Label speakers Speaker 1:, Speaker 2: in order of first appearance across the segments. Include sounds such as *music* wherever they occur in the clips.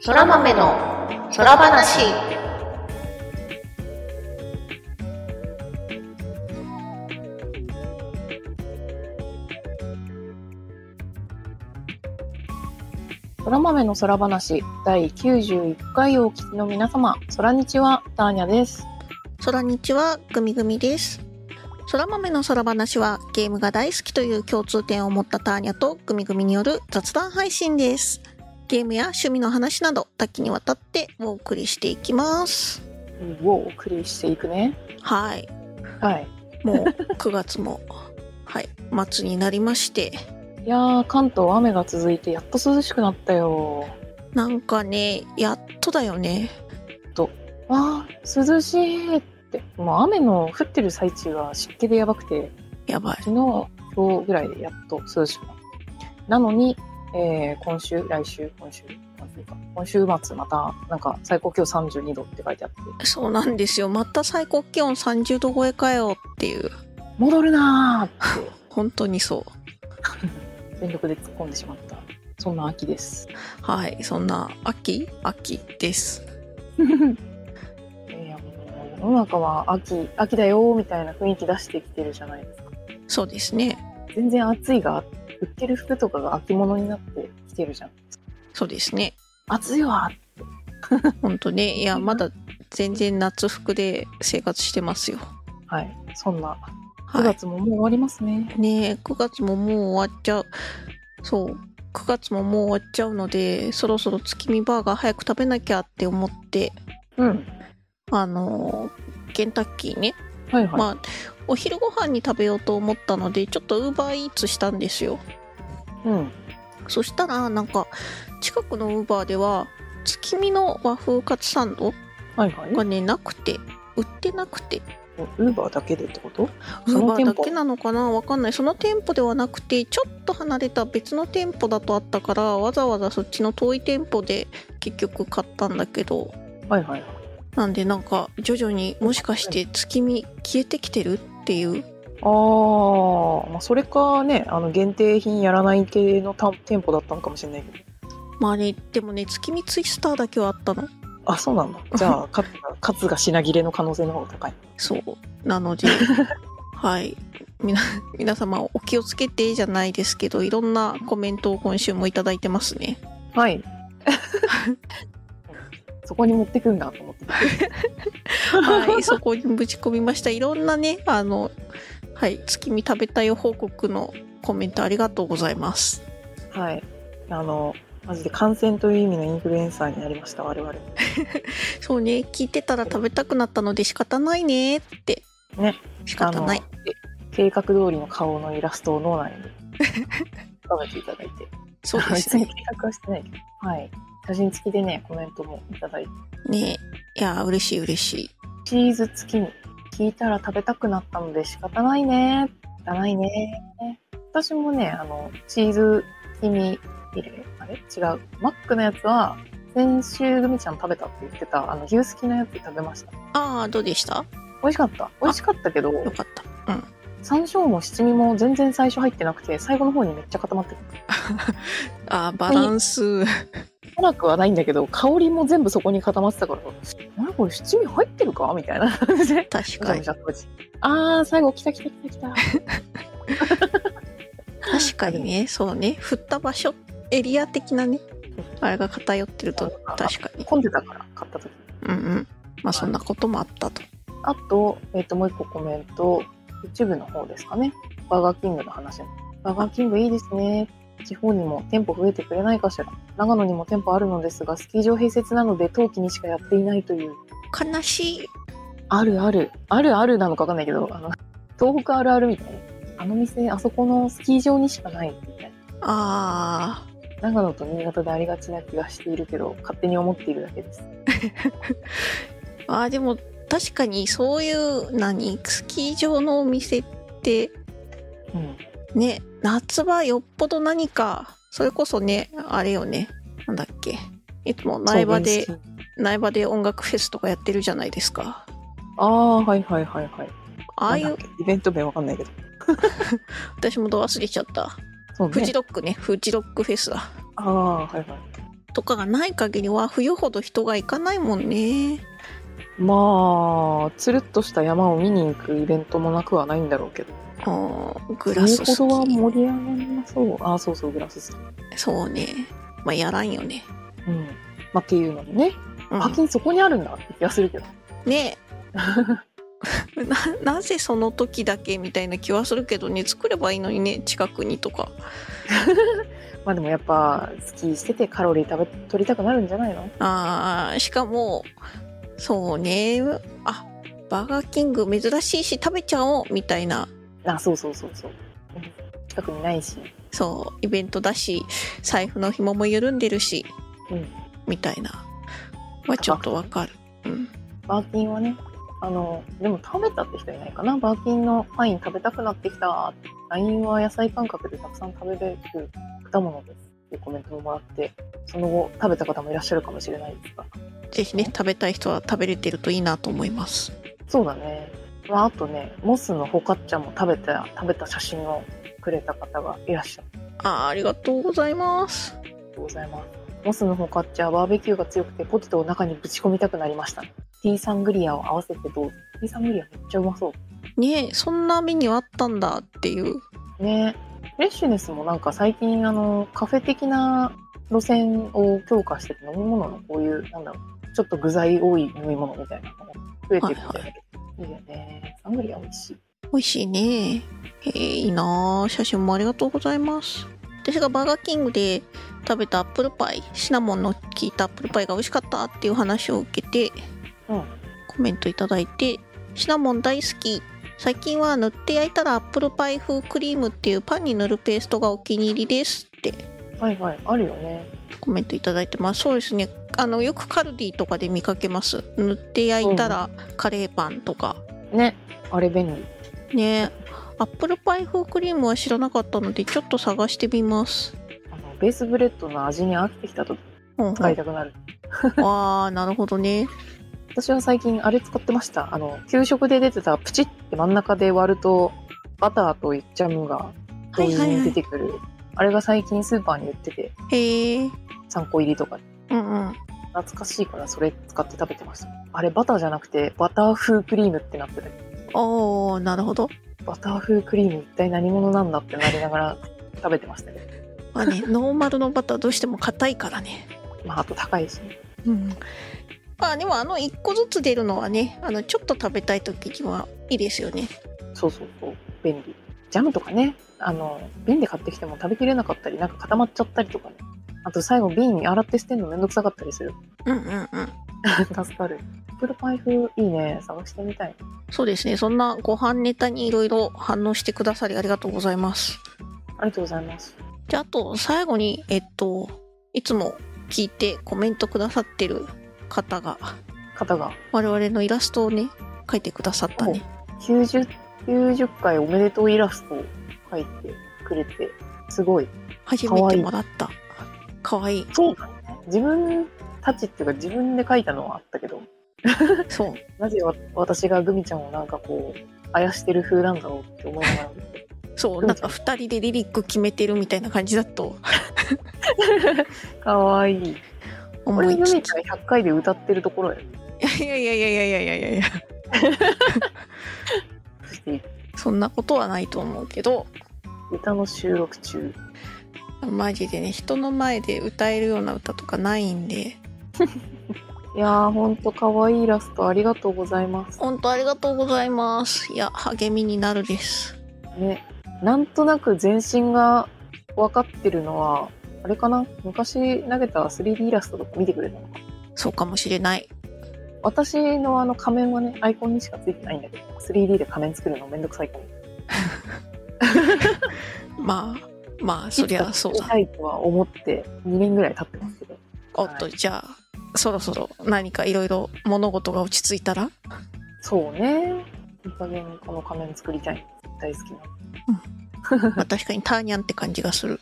Speaker 1: そら豆の空話。
Speaker 2: 空豆の空話第91回をお聞きの皆様、空日はターニャです。
Speaker 3: 空日はグミグミです。空豆の空話はゲームが大好きという共通点を持ったターニャとグミグミによる雑談配信です。ゲームや趣味の話など多岐にわたってお送りしていきます。
Speaker 2: をお送りしていくね。
Speaker 3: はい。
Speaker 2: はい。
Speaker 3: もう *laughs* 9月も、はい、末になりまして。
Speaker 2: いやー、関東雨が続いてやっと涼しくなったよ。
Speaker 3: なんかね、やっとだよね。
Speaker 2: わー、涼しいって。もう雨の降ってる最中は湿気でやばくて、
Speaker 3: やばい。
Speaker 2: 昨日、今日ぐらいでやっと涼しくなった。なのに、えー今週、来週、今週、なんていうか今週末また、なんか最高気温32度って書いてあって、
Speaker 3: そうなんですよ。また最高気温30度超えかよっていう。
Speaker 2: 戻るなーって。
Speaker 3: 本当にそう。
Speaker 2: 全力で突っ込んでしまったそんな秋 *laughs* です、
Speaker 3: はい、そんな秋秋です。
Speaker 2: えーあの世の中は秋秋だよーみたいな雰囲気出してきてるじゃないですか
Speaker 3: そうですね。
Speaker 2: 全然暑いが売ってる服とかが秋物になってきてるじゃん
Speaker 3: そうですね。
Speaker 2: 暑いわ
Speaker 3: 本当ね。いや、まだ全然夏服で生活してますよ。
Speaker 2: はいそんな9
Speaker 3: は
Speaker 2: 月ももう終わりますね、
Speaker 3: い。ねえ9月ももう終わっちゃう。そう。9月ももう終わっちゃうので、そろそろ月見バーガー早く食べなきゃって思って、
Speaker 2: うん
Speaker 3: あのーケンタッキーね。
Speaker 2: はいはい、
Speaker 3: まあ、お昼ご飯に食べようと思ったので、ちょっとウーバーイーツしたんですよ。
Speaker 2: うん
Speaker 3: そしたら、なんか、近くのウーバーでは、月見の和風カツサンド
Speaker 2: はいはい
Speaker 3: がね、なくて、売ってなくて、
Speaker 2: ウーバーだけでってこと
Speaker 3: ウ
Speaker 2: そ
Speaker 3: ー
Speaker 2: の
Speaker 3: バー
Speaker 2: 店
Speaker 3: だ
Speaker 2: 舗
Speaker 3: けなのかなわかんない。その店舗ではなくて、ちょっと離れた別の店舗だとあったから、わざわざそっちの遠い店舗で結局買ったんだけど、
Speaker 2: はいはい
Speaker 3: なんでなんか、徐々にもしかして月見消えてきてるっていう、
Speaker 2: あー、まあそれかねあの限定品やらない系のた店舗だったのかもしれないけど
Speaker 3: まあね、でもね、月見ツイスターだけはあったの。
Speaker 2: あそう
Speaker 3: *laughs*
Speaker 2: なんだじゃあカツがカツが品切れの可能性の方が高い
Speaker 3: そう。な
Speaker 2: *laughs*
Speaker 3: ので、はい。みな、皆様お気をつけてじゃないですけど、いろんなコメントを今週もいただいてますね。
Speaker 2: はい。 *laughs* そこに持ってくんだと思ってた。
Speaker 3: *laughs*
Speaker 2: *laughs*
Speaker 3: はい。そこにぶち込みました。いろんなね、あの、はい。月見食べたい報告のコメントありがとうございます。
Speaker 2: *laughs* はい。あの、マジで感染という意味のインフルエンサーになりました、我々。
Speaker 3: そうね、聞いてたら食べたくなったので仕方ないねって。
Speaker 2: ね。
Speaker 3: 仕方ない。
Speaker 2: あの計画通りの顔のイラストを脳内に食べていただいて。
Speaker 3: そうです
Speaker 2: 別に
Speaker 3: ね
Speaker 2: 計。画はして *laughs* ないけど。はい。写真付きでね、コメントもいただいて。
Speaker 3: ねいや、嬉しい嬉しい。
Speaker 2: チーズ付きに。聞いたら食べたくなったので仕方ないね。仕方ないね。私もね、あの、チーズ付きに入れ、あれ違う。マックのやつは、先週グミちゃん食べたって言ってた、あの、牛すきのやつ食べました。
Speaker 3: ああ、どうでした
Speaker 2: 美味しかった。美味しかったけど、
Speaker 3: よかった。
Speaker 2: 山椒も七味も全然最初入ってなくて、最後の方にめっちゃ固まってる。
Speaker 3: ああ、バランス。
Speaker 2: 辛くはないんだけど、香りも全部そこに固まってたから、あれこれ七味入ってるかみたいな感じで。
Speaker 3: 確
Speaker 2: ぐちゃ
Speaker 3: かに
Speaker 2: ぐち。ゃ当時あー、最後来た来た来た来た。
Speaker 3: 確かにねそうね振った場所エリア的なねあれが偏ってると確かに
Speaker 2: 混んでたから買った時
Speaker 3: うんうんまあそんなこともあったと
Speaker 2: あと,、えっともう一個コメント YouTube の方ですかねバーガーキングの話バーガーキングいいですね地方にも店舗増えてくれないかしら長野にも店舗あるのですがスキー場併設なので冬季にしかやっていないという
Speaker 3: 悲しい
Speaker 2: あるあるあるあるなのかわかんないけどあの *laughs* 東北あるあるみたいなあの店あそこのスキー場にしかないみたいな
Speaker 3: あー
Speaker 2: 長野と新潟でありがちな気がしているけど勝手に思っているだけです
Speaker 3: あーでも確かにそういう何スキー場のお店って
Speaker 2: うん
Speaker 3: ね夏場よっぽど何かそれこそねあれよねなんだっけいつも苗場で
Speaker 2: 草原スキー
Speaker 3: 苗場で音楽フェスとかやってるじゃないですか
Speaker 2: ああはいはいはいはい
Speaker 3: ああい
Speaker 2: なん
Speaker 3: う
Speaker 2: だっけイベント名わかんないけど。
Speaker 3: 私もど忘れちゃった
Speaker 2: そう
Speaker 3: フ
Speaker 2: ね
Speaker 3: ジ。ロックねフジロックフェスだ
Speaker 2: ああ、はいはい。
Speaker 3: とかがない限りは冬ほど人が行かないもんね。
Speaker 2: まあつるっとした山を見に行くイベントもなくはないんだろうけど
Speaker 3: あーグラス
Speaker 2: それほどは
Speaker 3: 好き。
Speaker 2: 盛り上がりなそうあそうそうグラス好
Speaker 3: そうね。まあやらんよね。
Speaker 2: きうんまあっていうのにね
Speaker 3: うん
Speaker 2: 課金そこにあるんだって気がするけど *laughs*
Speaker 3: ねえななぜその時だけみたいな気はするけどね作ればいいのにね近くにとか
Speaker 2: まあでもやっぱスキーしててカロリー食べ取りたくなるんじゃないの
Speaker 3: あーしかもそうねあバーガーキング珍しいし食べちゃおうみたいな
Speaker 2: あそうそうそうそううん近くにないし
Speaker 3: そうイベントだし財布の紐も緩んでるし、
Speaker 2: うん
Speaker 3: みたいなはちょっとわかる、うん、
Speaker 2: バーキンはねあのでも食べたって人いないかなバーキンのパイン食べたくなってきたラインは野菜感覚でたくさん食べれる果物ですっていうコメントももらってその後食べた方もいらっしゃるかもしれないですが
Speaker 3: ぜひね食べたい人は食べれてるといいなと思います
Speaker 2: そうだね、まあ、あとねモスのホカッチャも食べた食べた写真をくれた方がいらっしゃる
Speaker 3: あーありがとうございます
Speaker 2: ありがとうございますモスのホカッチャはバーベキューが強くてポテトを中にぶち込みたくなりましたティーサングリアを合わせてどうぞティーサングリアめっちゃうまそう
Speaker 3: ねえそんなメニューあったんだっていう
Speaker 2: ねフレッシュネスもなんか最近あのカフェ的な路線を強化してて飲み物のこういうなんだろうちょっと具材多い飲み物みたいなのが増えてるみたいだけど、いいよねサングリア美味しい
Speaker 3: 美味しいねえーいいなあ写真もありがとうございます私がバーガーキングで食べたアップルパイシナモンの効いたアップルパイが美味しかったっていう話を受けて、
Speaker 2: うん
Speaker 3: コメントいただいてシナモン大好き最近は塗って焼いたらアップルパイ風クリームっていうパンに塗るペーストがお気に入りですって
Speaker 2: はいはいあるよね
Speaker 3: コメントいただいてますそうですねあのよくカルディとかで見かけます塗って焼いたらカレーパンとか、
Speaker 2: ねあれ便利
Speaker 3: ねアップルパイ風クリームは知らなかったのでちょっと探してみます
Speaker 2: あのベースブレッドの味に飽きてきた時
Speaker 3: うんうん
Speaker 2: 使いたくなる、
Speaker 3: *laughs* あーなるほどね
Speaker 2: 私は最近あれ使ってましたあの給食で出てたプチって真ん中で割るとバターとジャムが同時に出てくる、あれが最近スーパーに売ってて
Speaker 3: へえ
Speaker 2: 3個入りとか
Speaker 3: うんうん
Speaker 2: 懐かしいからそれ使って食べてましたあれバターじゃなくてバター風クリームってなってて
Speaker 3: おーなるほど
Speaker 2: バター風クリーム一体何者なんだってなりながら食べてましたね
Speaker 3: まあねノーマルのバターどうしても硬いからね
Speaker 2: まああと高いしね
Speaker 3: うんまあでもあの1個ずつ出るのはねあのちょっと食べたい時にはいいですよね
Speaker 2: そうそうそう便利ジャムとかねあの瓶で買ってきても食べきれなかったりなんか固まっちゃったりとかねあと最後瓶洗って捨てるのめんどくさかったりする *laughs*
Speaker 3: うんうんうん
Speaker 2: 助かるプルパイ風いいね探してみたい
Speaker 3: そうですねそんなご飯ネタにいろいろ反応してくださりありがとうございます
Speaker 2: ありがとうございます
Speaker 3: じゃあ、あと最後に、えっと、いつも聞いてコメントくださってる方が、
Speaker 2: 方が
Speaker 3: 我々のイラストをね、描いてくださったね。
Speaker 2: 90, 90回おめでとうイラストを描いてくれてすごい
Speaker 3: 初
Speaker 2: か
Speaker 3: め
Speaker 2: わい
Speaker 3: て
Speaker 2: い
Speaker 3: もらった。かわいい。
Speaker 2: そうだね自分たちっていうか自分で描いたのはあったけど
Speaker 3: そう。
Speaker 2: なぜわ私がグミちゃんをなんかこうあやしてる風なんだろうって思いながら見て
Speaker 3: そう。なんか二人でリリック決めてるみたいな感じだと
Speaker 2: *laughs* かわいい
Speaker 3: 思
Speaker 2: 俺
Speaker 3: い
Speaker 2: グ
Speaker 3: つ
Speaker 2: ミ
Speaker 3: つ
Speaker 2: ちゃん100回で歌ってるところや
Speaker 3: いやいやいやいやいやいやいやいや。
Speaker 2: そして
Speaker 3: そんなことはないと思うけど、
Speaker 2: 歌の収録中
Speaker 3: マジでね、人の前で歌えるような歌とかないんで、
Speaker 2: いやーほんとかわいいイラストありがとうございます
Speaker 3: 本当ありがとうございます。いや、励みになるです。
Speaker 2: ねなんとなく全身が分かってるのはあれかな昔投げた 3D イラストとか見てくれたのか
Speaker 3: そうかもしれない。
Speaker 2: 私のあの仮面はねアイコンにしかついてないんだけど 3D で仮面作るのめんどくさいと思う
Speaker 3: まあまあそりゃそう
Speaker 2: 作り
Speaker 3: だ
Speaker 2: たいとは思って2年ぐらい経ってますけど
Speaker 3: おっとじゃあそろそろ何かいろいろ物事が落ち着いた
Speaker 2: *laughs*
Speaker 3: ら
Speaker 2: そうねいい加減この仮面作りたい大好きな
Speaker 3: まあ確かにターニャンって感じがする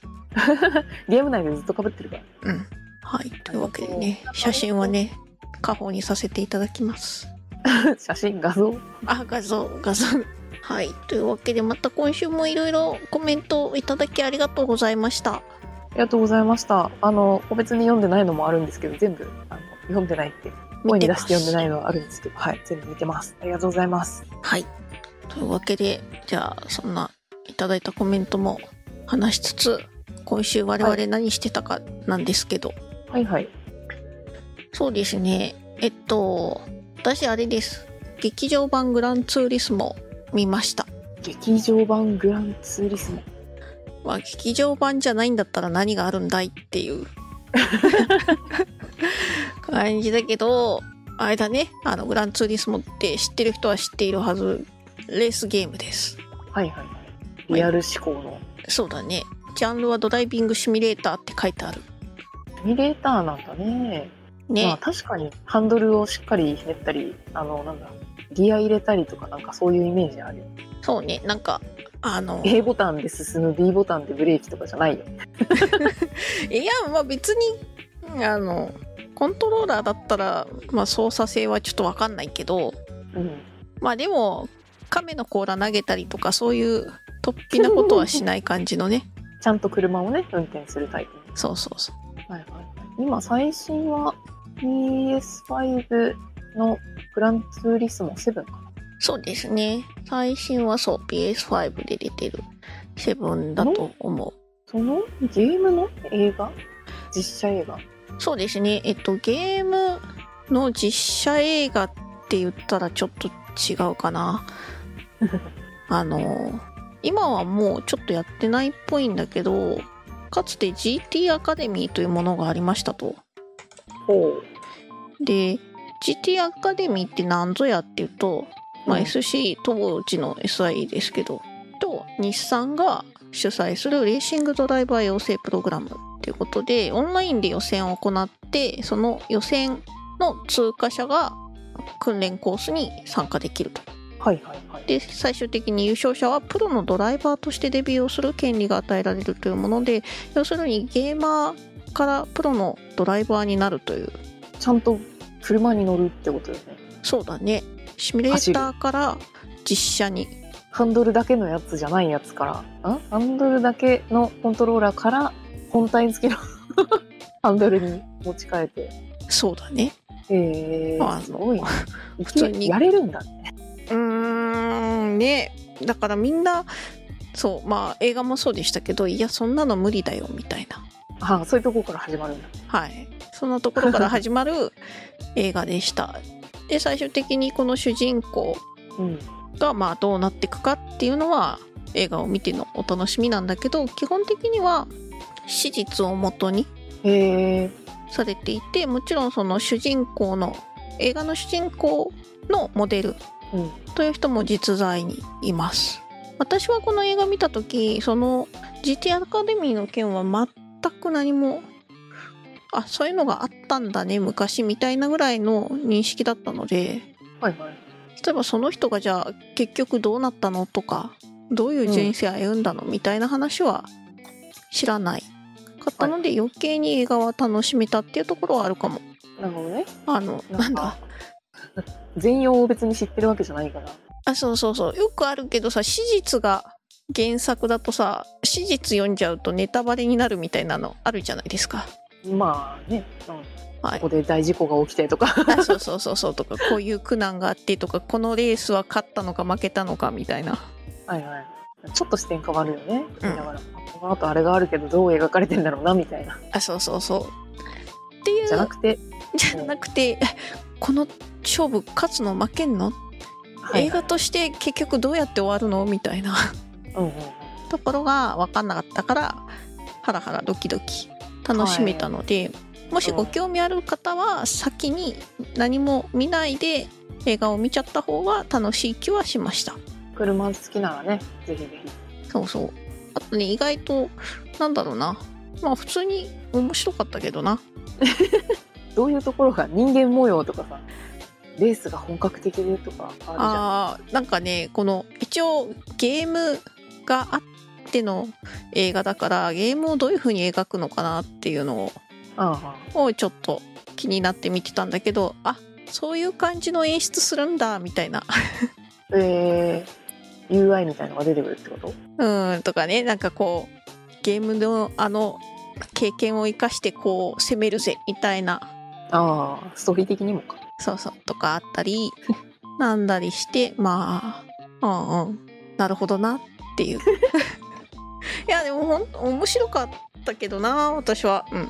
Speaker 2: ゲーム内でずっとかぶってるから
Speaker 3: うんはいというわけでね写真はね下方にさせていただきます
Speaker 2: *laughs* 写真画像
Speaker 3: あ画像画像はいというわけでまた今週もいろいろコメントをいただきありがとうございました
Speaker 2: りがとうございました。あの、個別に読んでないのもあるんですけど、全部、あの、読んでないって、声に出して読んでないのはあるんですけど、はい、全部見てます。ありがとうございます。
Speaker 3: はい。というわけで、じゃあ、そんないただいたコメントも話しつつ、今週我々何してたかなんですけど、
Speaker 2: はいはい。
Speaker 3: そうですね。えっと、私あれです。劇場版グランツーリスモ見ました。
Speaker 2: 劇場版グランツーリスモ。
Speaker 3: まあ、劇場版じゃないんだったら何があるんだいっていう感じだけど、あれだね。あの、グランツーリスモって知ってる人は知っているはず、レースゲームです。
Speaker 2: はいはいはい。リアル思考の。
Speaker 3: そうだね。ジャンルはドライビングシミュレーターって書いてある。
Speaker 2: シミュレーターなんだね。
Speaker 3: ね。
Speaker 2: まあ確かにハンドルをしっかりひねったり、あの、なんだ、ギア入れたりとかなんかそういうイメージあるよ。
Speaker 3: そうね。なんか、あの、
Speaker 2: A ボタンで進む B ボタンでブレーキとかじゃないよ。
Speaker 3: いや、まあ別に、あの、コントローラーだったら、まあ操作性はちょっとわかんないけど、
Speaker 2: うん。
Speaker 3: まあでも、亀の甲羅投げたりとか、そういう突飛なことはしない感じのね。
Speaker 2: ちゃんと車をね、運転するタイプ。
Speaker 3: そうそうそう。
Speaker 2: はいはいはい。今最新は PS5 のグランツーリスモ7かな。
Speaker 3: そうですね。最新はそう、PS5 で出てる7だと思う。
Speaker 2: そのゲームの映画実写映画。
Speaker 3: そうですね。えっと、ゲームの実写映画って言ったらちょっと違うかな。あの、今はもうちょっとやってないっぽいんだけど、かつて GT アカデミーというものがありましたと。
Speaker 2: ほ
Speaker 3: で GT アカデミーって何ぞやっていうと、まあ、
Speaker 2: うん
Speaker 3: SC 当時の SIE ですけどと日産が主催するレーシングドライバー養成プログラムっていうことでオンラインで予選を行ってその予選の通過者が訓練コースに参加できると。
Speaker 2: う。はいはいはい。
Speaker 3: で最終的に優勝者はプロのドライバーとしてデビューをする権利が与えられるというもので要するにゲーマーからプロのドライバーになるという
Speaker 2: ちゃんと車に乗るってことよね。
Speaker 3: そうだね。シミュレーターから実写に。
Speaker 2: ハンドルだけのやつじゃないやつから、んハンドルだけのコントローラーから本体付きの *laughs* ハンドルに持ち替えて。
Speaker 3: そうだね。
Speaker 2: え
Speaker 3: まあ
Speaker 2: ー、すごいね。
Speaker 3: 普通に
Speaker 2: やれるんだね。
Speaker 3: うーん、ね。だからみんな、そう、まあ映画もそうでしたけど、いや、そんなの無理だよ、みたいな。
Speaker 2: あそういうとこから始まるんだ。
Speaker 3: はい。そんなところから始ま *laughs* る映画でした。で、最終的にこの主人公
Speaker 2: うん。
Speaker 3: が、まあどうなっていくかっていうのは、映画を見てのお楽しみなんだけど、基本的には、史実をもとに
Speaker 2: えー、
Speaker 3: されていてもちろんその主人公の映画の主人公のモデル
Speaker 2: うん。
Speaker 3: という人も実在にいます私はこの映画見た時その GT アカデミーの件は全く何もあそういうのがあったんだね昔みたいなぐらいの認識だったので
Speaker 2: はいはい。
Speaker 3: 例えばその人がじゃあ結局どうなったのとかどういう人生歩んだのみたいな話は知らないかったので余計に映画は楽しめたっていうところはあるかも
Speaker 2: なるほどね。
Speaker 3: あの、なんだ
Speaker 2: か。全容を別に知ってるわけじゃないから。
Speaker 3: あ、そうそうそう。よくあるけどさ、史実が原作だとさ、史実読んじゃうとネタバレになるみたいなのあるじゃないです
Speaker 2: *laughs*
Speaker 3: か。
Speaker 2: まあね、うん
Speaker 3: はい
Speaker 2: ここで大事故が起きてとか。 *laughs*
Speaker 3: あ、そうそうそうそうとか、こういう苦難があってとか、このレースは勝ったのか負けたのかみたいな。
Speaker 2: はいはい。ちょっと視点変わるよね。
Speaker 3: うん
Speaker 2: だから、この後あれがあるけどどう描かれてんだろうなみたいな。
Speaker 3: あ、そうそうそう。っていう、
Speaker 2: じゃなくて、
Speaker 3: じゃなくて、この勝負勝つの負けんの、
Speaker 2: はい
Speaker 3: 映画として結局どうやって終わるのみたいな
Speaker 2: うんうんうん。
Speaker 3: ところが分かんなかったからハラハラドキドキ楽しめたので、もしご興味ある方は先に何も見ないで映画を見ちゃった方が楽しい気はしました
Speaker 2: 車好きならね、ぜひぜひ。
Speaker 3: そうそうあとね意外となんだろうなまあ普通に面白かったけどな
Speaker 2: どういうところが人間模様とかさ、レースが本格的でとかあ
Speaker 3: あーなんかねこの一応ゲームがあっての映画だからゲームをどういう風に描くのかなっていうのを
Speaker 2: るじゃん。あ
Speaker 3: をちょっと気になって見てたんだけどあそういう感じの演出するんだみたいな *laughs*
Speaker 2: あ。えー、UI みたいのが出てくるってこと
Speaker 3: うんとかねなんかこうゲームのあの経験を生かしてこう攻めるぜみたいな
Speaker 2: ああ、ストーリー的にもか。
Speaker 3: そうそうとかあったりなんだりしてまあうんうんなるほどなっていう *laughs* いやでもほん面白かったけどな私はうん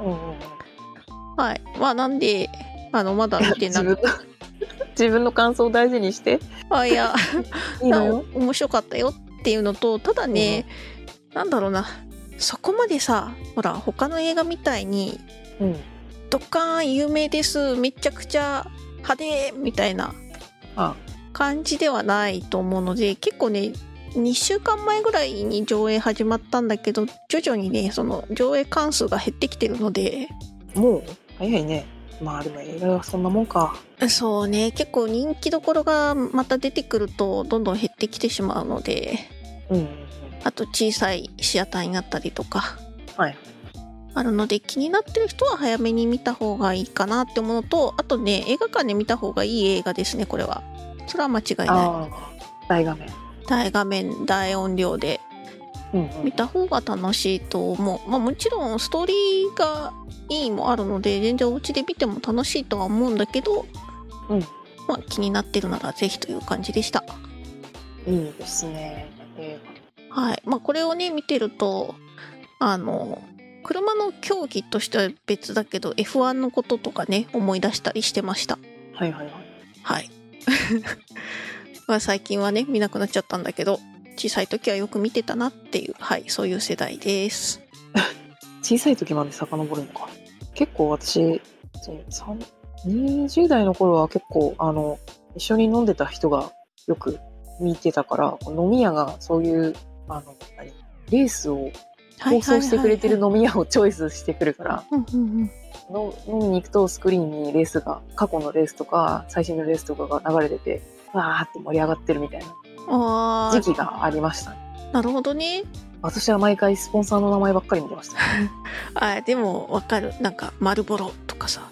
Speaker 2: うんうんうん。
Speaker 3: はいまあなんであのまだ見て
Speaker 2: *laughs* 自
Speaker 3: な
Speaker 2: 分
Speaker 3: く
Speaker 2: の自分の感想を大事にして。
Speaker 3: あいや
Speaker 2: いいのよ。
Speaker 3: 面白かったよっていうのとただね、なんだろうなそこまでさほら他の映画みたいに
Speaker 2: うん。
Speaker 3: ドカーン有名ですめちゃくちゃ派手みたいな
Speaker 2: あ
Speaker 3: 感じではないと思うので結構ね2週間前ぐらいに上映始まったんだけど徐々にねその上映関数が減ってきてるので
Speaker 2: もう早いね。まあでも映画はそんなもんか。
Speaker 3: そうね結構人気どころがまた出てくるとどんどん減ってきてしまうので
Speaker 2: うんうんうん。
Speaker 3: あと小さいシアターになったりとか
Speaker 2: はい
Speaker 3: あるので気になってる人は早めに見た方がいいかなって思うのとあとね映画館で見た方がいい映画ですねこれはそれは間違いな
Speaker 2: ああ、大画面。
Speaker 3: い大画面大音量で
Speaker 2: うん、うん。
Speaker 3: 見た方が楽しいと思う、まあ、もちろんストーリーがいいもあるので全然お家で見ても楽しいとは思うんだけど、
Speaker 2: うん
Speaker 3: まあ、気になってるならぜひという感じでした
Speaker 2: いいですね。映
Speaker 3: はいまあ、これをね見てるとあの車の競技としては別だけど F1 のこととかね思い出したりしてました
Speaker 2: 画はいはいはい。
Speaker 3: はい
Speaker 2: *laughs*
Speaker 3: まあ最近はね見なくなっちゃったんだけど小さい時はよく見てたなっていうはいそういう世代です
Speaker 2: 小さい時まで遡るのか。結構私、三20代の頃は結構、あの、一緒に飲んでた人がよく見てたから、飲み屋がそういう、あの、何レースを
Speaker 3: はいは
Speaker 2: 放
Speaker 3: い
Speaker 2: 送
Speaker 3: はい
Speaker 2: してくれてる
Speaker 3: の
Speaker 2: 飲み屋をチョイスしてくるから、
Speaker 3: うんうんうん
Speaker 2: の飲みに行くとスクリーンにレースが過去のレースとか最新のレースとかが流れててわーって盛り上がってるみたいな
Speaker 3: あ
Speaker 2: 時期がありました、ね、
Speaker 3: あなるほどね
Speaker 2: 私は毎回スポンサーの名前ばっかり見てました
Speaker 3: あでもわかるなんか「丸ボロ」とかさ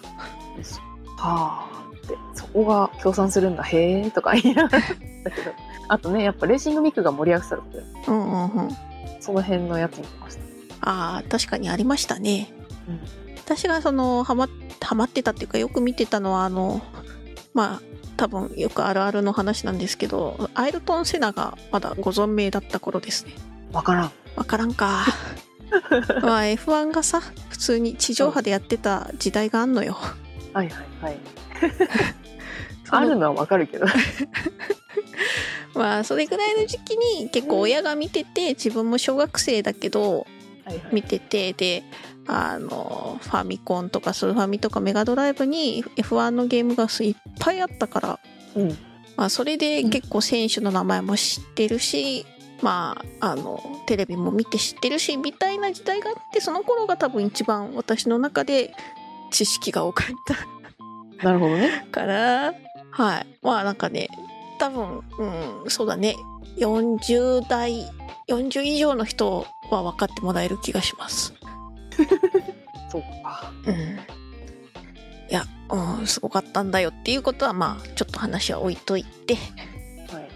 Speaker 2: はーってそこが協賛するんだへーとか言いながらだけどあとねやっぱレーシングミックが盛り上がってたので
Speaker 3: うんうんうん
Speaker 2: その辺のやつ見てました
Speaker 3: あー確かにありましたね、
Speaker 2: うん
Speaker 3: 私がそのハマハマってたっていうかよく見てたのはあのまあ多分よくあるあるの話なんですけどアイルトン・セナがまだご存命だった頃ですね
Speaker 2: わからん
Speaker 3: わからんかまあ F1 がさ普通に地上波でやってた時代があんのよ
Speaker 2: はいはいはい
Speaker 3: そ
Speaker 2: *laughs* あ
Speaker 3: の
Speaker 2: るのはわかるけど
Speaker 3: まあそれぐらいの時期に結構親が見てて自分も小学生だけど
Speaker 2: はいは
Speaker 3: 見ててであのファミコンとかスーファミとかメガドライブに F1 のゲームがいっぱいあったから、
Speaker 2: うん
Speaker 3: まあ、それで結構選手の名前も知ってるし、まあ、あのテレビも見て知ってるしみたいな時代があってその頃が多分一番私の中で知識が多かった
Speaker 2: なるほどね
Speaker 3: からはいまあなんかね多分、うん、そうだね40代40以上の人は分かってもらえる気がします。
Speaker 2: そうか
Speaker 3: うんいや、うん、すごかったんだよっていうことはまあちょっと話は置いといて
Speaker 2: はい、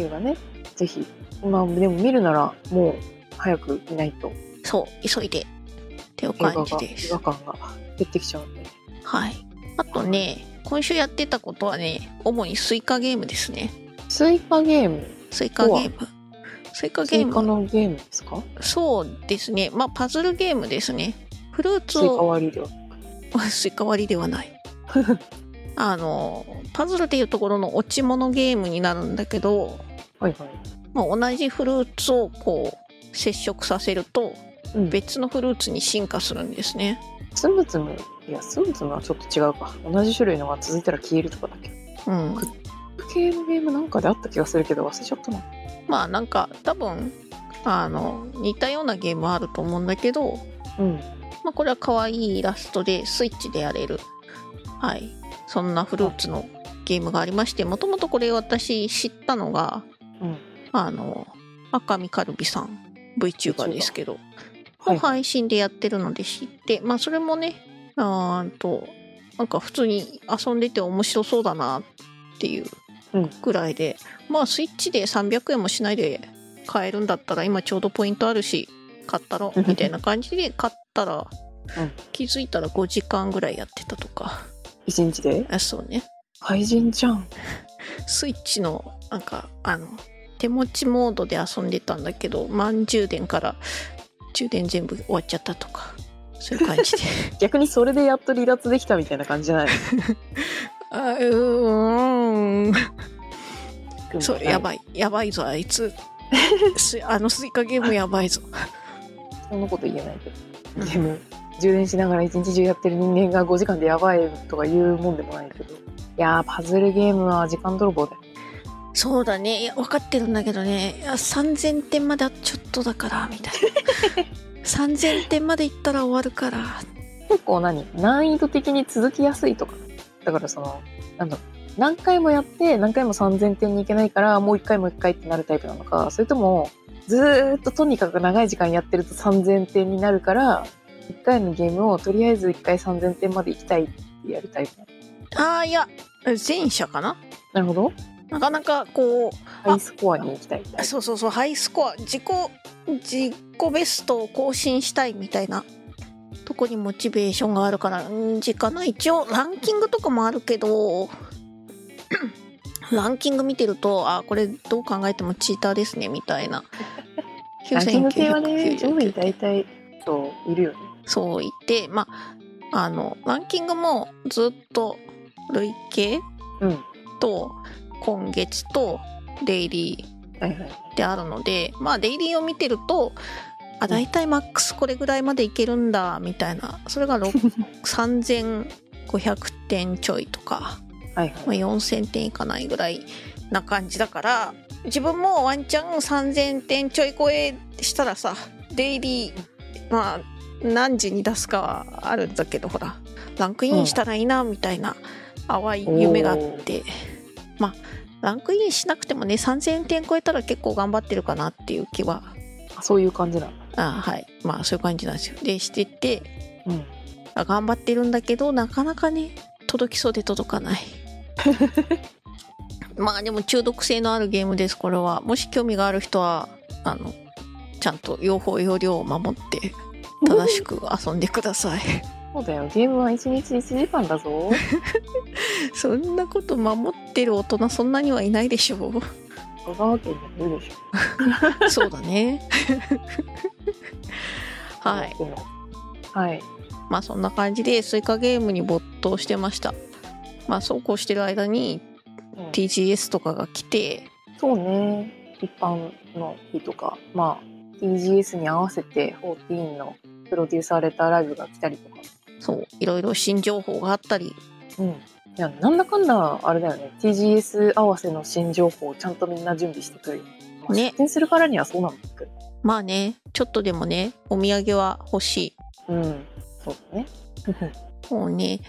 Speaker 2: 映画ねぜひまあでも見るならもう早く見ないと
Speaker 3: そう急いでっていう
Speaker 2: 映画
Speaker 3: 感じ
Speaker 2: が
Speaker 3: で
Speaker 2: 映
Speaker 3: す
Speaker 2: 画館が減ってきちゃうんで
Speaker 3: はいあとね今週やってたことはね主にスイカゲームですね
Speaker 2: スイカゲーム
Speaker 3: スイカゲームスイカ
Speaker 2: ス
Speaker 3: ゲ
Speaker 2: イ
Speaker 3: ー
Speaker 2: カ
Speaker 3: ム
Speaker 2: のゲームですか
Speaker 3: そうですねまあパズルゲームですねフルーツ
Speaker 2: スイカ
Speaker 3: を
Speaker 2: 割りでは
Speaker 3: *laughs* スイカ割りではない *laughs* あのパズルでいうところの落ち物ゲームになるんだけど
Speaker 2: はいはい
Speaker 3: まあ、同じフルーツをこう接触させると
Speaker 2: うん
Speaker 3: 別のフルーツに進化するんですね。
Speaker 2: つむつむいやつむつむはちょっと違うか同じ種類のが続いたら消えるとかだっけ
Speaker 3: うん、
Speaker 2: 系のゲームなんかであった気がするけど忘れちゃったな
Speaker 3: まあなんか多分あの似たようなゲームはあると思うんだけど、
Speaker 2: うん
Speaker 3: まあ、これは可愛いイラストでスイッチでやれる、はい、そんなフルーツのゲームがありましてもともとこれ私知ったのが
Speaker 2: うん
Speaker 3: あの赤見カルビさん VTuber ですけど
Speaker 2: は
Speaker 3: の
Speaker 2: いはい
Speaker 3: 配信でやってるので知って、まあそれもねあーんとなんか普通に遊んでて面白そうだなっていう
Speaker 2: うん
Speaker 3: ぐらいで、まあスイッチで300円もしないで買えるんだったら今ちょうどポイントあるし買ったろみたいな感じで買っったら、
Speaker 2: うん
Speaker 3: 気づいたら5時間ぐらいやってたとか
Speaker 2: 一日で
Speaker 3: あそうね
Speaker 2: 廃人じゃん。
Speaker 3: スイッチのなんかあの手持ちモードで遊んでたんだけど満充電から充電全部終わっちゃったとかそういう感じで
Speaker 2: 逆にそれでやっと離脱できたみたいな感じじゃない
Speaker 3: あうーん *laughs*
Speaker 2: の
Speaker 3: そうやばいやばいぞあいつす *laughs* あのスイカゲームやばいぞ
Speaker 2: そんなこと言えないけど。でも、充電しながら一日中やってる人間が5時間でやばいとか言うもんでもないけど。いやー、パズルゲームは時間泥棒だよ。
Speaker 3: そうだねいや分かってるんだけどねいや3000点まであとちょっとだからみたい *laughs* な3000点までいったら終わるから
Speaker 2: 結構何難易度的に続きやすいとか。だからその、なんだろう何回もやって、何回も3000点にいけないから、もう一回もう一回ってなるタイプなのか、それとも、ずーっととにかく長い時間やってると3000点になるから、一回のゲームをとりあえず一回3000点まで行きたいってやるタイプなの。
Speaker 3: ああいや前者かな
Speaker 2: なるほど。
Speaker 3: なかなかこう
Speaker 2: ハイスコアに行きたいタイプ。
Speaker 3: そうそうそうハイスコア自己自己ベストを更新したいみたいなとこにモチベーションがあるからうん時間ない一応ランキングとかもあるけど *coughs* ランキング見てるとあこれどう考えてもチーターですねみたいな
Speaker 2: ランキング系はね、
Speaker 3: 9999
Speaker 2: 上位大体そういるよね。
Speaker 3: そういてまああのランキングもずっと累計
Speaker 2: うん。
Speaker 3: と今月とデイリー
Speaker 2: はいはい。
Speaker 3: ってあるのでまあデイリーを見てるとあ
Speaker 2: ん
Speaker 3: 大体マックスこれぐらいまでいけるんだみたいなそれがろく *laughs* 3500点ちょいとか、
Speaker 2: はい
Speaker 3: まあ、
Speaker 2: はい。
Speaker 3: 4000点いかないぐらいな感じだから自分もワンチャン3000点ちょい超えしたらさデイリーまあ何時に出すかはあるんだけどほらランクインしたらいいなみたいな淡い夢があって、まあランクインしなくてもね3000点超えたら結構頑張ってるかなっていう気は
Speaker 2: あそういう感じなんだ。
Speaker 3: あはいまあそういう感じなんですよでしてて
Speaker 2: うん。
Speaker 3: あ頑張ってるんだけどなかなかね届きそうで届かないまあでも中毒性のあるゲームですこれはもし興味がある人はあのちゃんと用法用量を守って正しく遊んでください *laughs*
Speaker 2: そうだよ。ゲームは一日一時間だぞ。
Speaker 3: そんなこと守ってる大人そんなにはいないでしょう
Speaker 2: 香川県にはいるでしょ。
Speaker 3: そうだね。はい。。
Speaker 2: はい。
Speaker 3: まあそんな感じでスイカゲームに没頭してました。まあそうこうしてる間に
Speaker 2: うん
Speaker 3: TGS とかが来て、
Speaker 2: そうね。一般の日とか、まあ、TGS に合わせて14のプロデューサーレターライブが来たりとか。
Speaker 3: そう、いろいろ新情報があったり、
Speaker 2: うん。いや、なんだかんだ、あれだよね。TGS 合わせの新情報をちゃんとみんな準備してくるよ。まあ
Speaker 3: ね
Speaker 2: 出展するからにはそうなんだけど。
Speaker 3: まあね、ちょっとでもね、お土産は欲しい。
Speaker 2: うん。そうだね。
Speaker 3: もうね、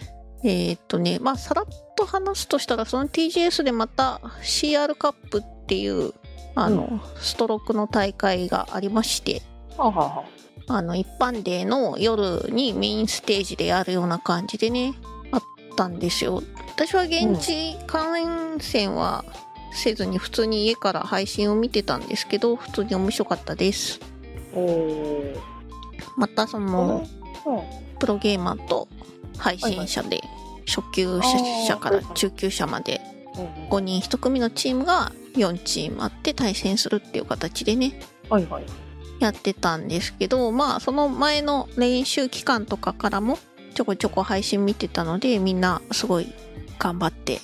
Speaker 3: えーっとね、まあさらっと話すとしたら、その TGS でまた CR カップっていう、あの、ストロークの大会がありまして、
Speaker 2: はあ、はあはあ、
Speaker 3: あの一般デーの夜にメインステージでやるような感じでねあったんですよ私は現地観戦はせずに普通に家から配信を見てたんですけど普通に面白かったです
Speaker 2: おお。
Speaker 3: またその
Speaker 2: うん。
Speaker 3: プロゲーマーと配信者で初級者から中級者まで
Speaker 2: うん
Speaker 3: 5人1組のチームが4チームあって対戦するっていう形でね
Speaker 2: はいはい。
Speaker 3: やってたんですけどまあその前の練習期間とかからもちょこちょこ配信見てたのでみんなすごい頑張って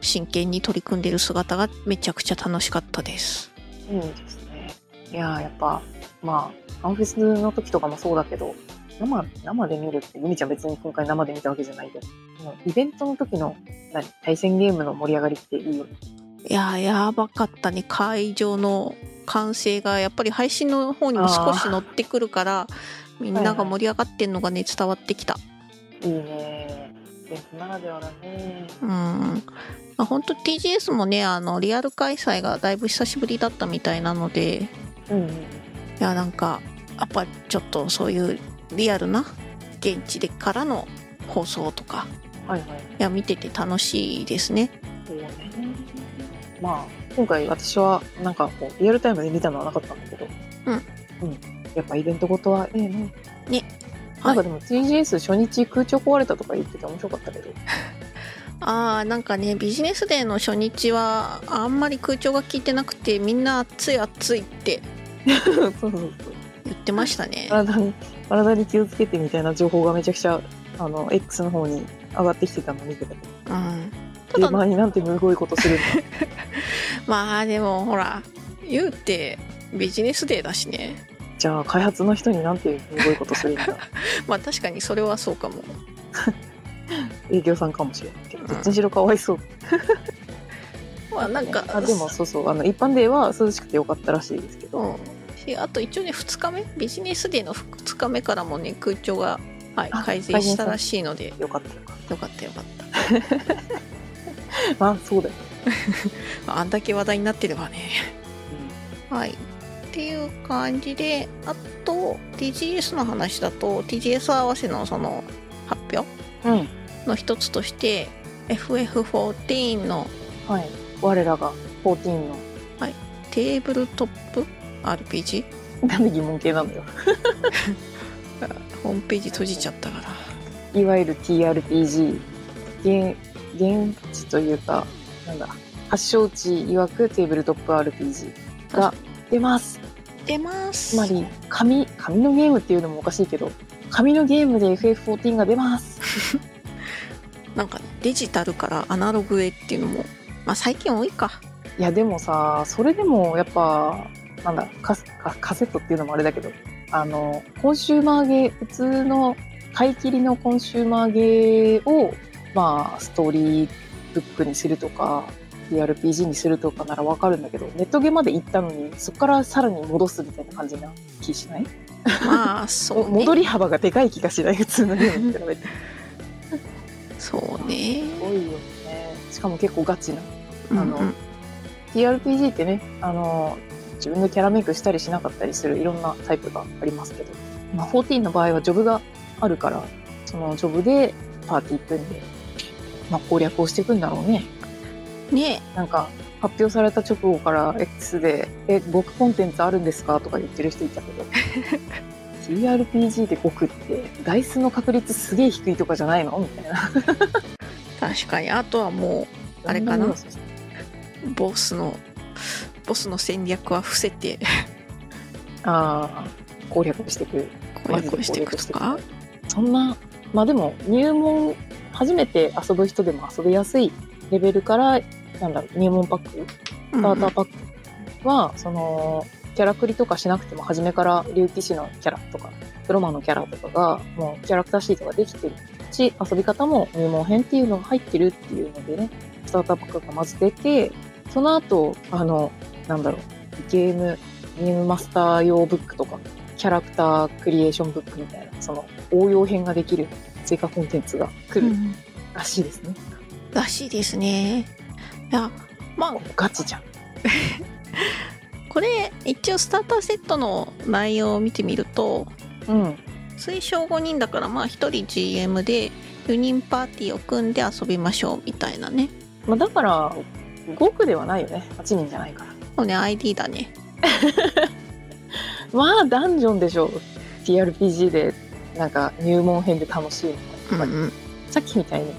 Speaker 3: 真剣に取り組んでる姿がめちゃくちゃ楽しかったです
Speaker 2: いいですね。いやーやっぱ、まあ、アンフェスの時とかもそうだけど、生、生で見るって、ゆみちゃん別に今回生で見たわけじゃないけど、このイベントの時の、何、対戦ゲームの盛り上がりっていいよね。
Speaker 3: いやーやばかったね会場の歓声がやっぱり配信の方にも少し乗ってくるからみんなが盛り上がってんのがね伝わってきた
Speaker 2: いいねー。イベントならではだね。
Speaker 3: うんまあ本当 TGS もねあのリアル開催がだいぶ久しぶりだったみたいなので
Speaker 2: うんうん。
Speaker 3: いやなんかやっぱちょっとそういうリアルな現地でからの放送とか
Speaker 2: はいはい。
Speaker 3: いや見てて楽しいですね
Speaker 2: そうね。まあ、今回私は、なんかこう、リアルタイムで見たのはなかったんだけど、
Speaker 3: うん
Speaker 2: うん。やっぱイベントごとはええな。
Speaker 3: ね。
Speaker 2: なんかでも TGS 初日空調壊れたとか言ってて面白かったけど。
Speaker 3: あーなんかねビジネスデーの初日はあんまり空調が効いてなくてみんな暑い暑いって
Speaker 2: そうそうそう。
Speaker 3: 言ってましたね
Speaker 2: 体に、体に気をつけてみたいな情報がめちゃくちゃ、あの、X の方に上がってきてたの見てたけど。
Speaker 3: うん
Speaker 2: ゲ
Speaker 3: た
Speaker 2: ーマ
Speaker 3: だ
Speaker 2: ーになんてむごいことするんだ。 *laughs*
Speaker 3: まあでもほら言うてビジネスデーだしね
Speaker 2: じゃあ開発の人になんてむごいことするんだ。
Speaker 3: *laughs* まあ確かにそれはそうかも
Speaker 2: 営業さんかもしれないけど、
Speaker 3: うん
Speaker 2: どっちにしろかわいそう。
Speaker 3: まあなんか
Speaker 2: あでもそうそう、あの、一般デーは涼しくてよかったらしいですけど。
Speaker 3: うんしあと一応ね2日目ビジネスデーの2日目からもね空調が、はい、
Speaker 2: あ
Speaker 3: 改善したらしいので
Speaker 2: よかったよかっ
Speaker 3: よかったよかった
Speaker 2: た。まあそうだよ。
Speaker 3: まああんだけ話題になってればねはい。っていう感じで、あと TGS の話だと TGS 合わせのその発表
Speaker 2: うん。うん。
Speaker 3: の一つとして FF14 の
Speaker 2: はい。我らが14の。
Speaker 3: テーブルトップ RPG
Speaker 2: なんで疑問系なのよ。
Speaker 3: ホームページ閉じちゃったから。
Speaker 2: いわゆる TRPG 現現地というかなんだ発祥地曰くテーブルトップ RPG が出ます
Speaker 3: 出ます。
Speaker 2: つまり紙紙のゲームっていうのもおかしいけど紙のゲームで FF14 が出ます
Speaker 3: なんかデジタルからアナログへっていうのも、まあ最近多い
Speaker 2: *laughs*
Speaker 3: か。
Speaker 2: いやでもさそれでもやっぱなんだカスカカセットっていうのもあれだけどあのコンシューマーゲー普通の買い切りのコンシューマーゲーをまあストーリーブックにするとか TRPG にするとかならわかるんだけどネットゲーまで行ったのにそこからさらに戻すみたいな感じな気しない、
Speaker 3: まあそう
Speaker 2: お
Speaker 3: ね。
Speaker 2: 戻り幅がでかい気がしない普通のゲームに *laughs* 比べて
Speaker 3: そうね。
Speaker 2: 多いよねしかも結構ガチな
Speaker 3: うん
Speaker 2: あの TRPG ってねあの自分でキャラメイクしたりしなかったりするいろんなタイプがありますけど、まあ、14の場合はジョブがあるからそのジョブでパーティー組んで、まあ、攻略をしていくんだろうね
Speaker 3: うんね
Speaker 2: なんか発表された直後から X で「え極コンテンツあるんですか?」とか言ってる人いた
Speaker 3: *laughs*
Speaker 2: けど TRPG で極ってダイスの確率すげえ低いとかじゃないのみたいな
Speaker 3: 確かに。あとはもうあれかな
Speaker 2: そん要素
Speaker 3: ボスのボスの戦略は伏せて
Speaker 2: *laughs* ああ攻略していく
Speaker 3: 攻略をしていくとか
Speaker 2: そんなまあでも入門初めて遊ぶ人でも遊びやすいレベルからなんだろう入門パックスターターパックは、そのキャラクリとかしなくても初めから竜騎士のキャラとかクロマのキャラとかがもうキャラクターシートができてるし遊び方も入門編っていうのが入ってるっていうのでねスターターパックがまず出てその後あのなんだろうゲームゲームマスター用ブックとかキャラクタークリエーションブックみたいなその応用編ができる追加コンテンツが来
Speaker 3: う
Speaker 2: る
Speaker 3: ん
Speaker 2: らしいですね、
Speaker 3: らしいですねいやまあ
Speaker 2: ガチじゃん
Speaker 3: これ一応スターターセットの内容を見てみると
Speaker 2: うん
Speaker 3: 推奨5人だからまあ1人 GM で4人パーティーを組んで遊びましょうみたいなね
Speaker 2: まあ、だから5区ではないよね8人じゃないから
Speaker 3: そうね ID だね
Speaker 2: まあダンジョンでしょう TRPG でなんか入門編で楽しいのは
Speaker 3: う
Speaker 2: やっ
Speaker 3: ん
Speaker 2: ぱり
Speaker 3: うん
Speaker 2: さっきみたいに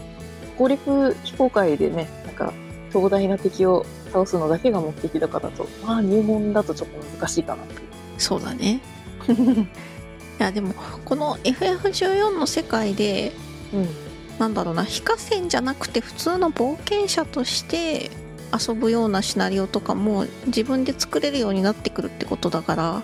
Speaker 2: 攻略非公開でねなんか強大な敵を倒すのだけが目的だからとまあ入門だとちょっと難しいかなって
Speaker 3: そうだね *laughs*
Speaker 2: いう、
Speaker 3: いやでもこの FF14 の世界で
Speaker 2: うん、
Speaker 3: なんだろうな非化線じゃなくて普通の冒険者として遊ぶようなシナリオとかも自分で作れるようになってくるってことだから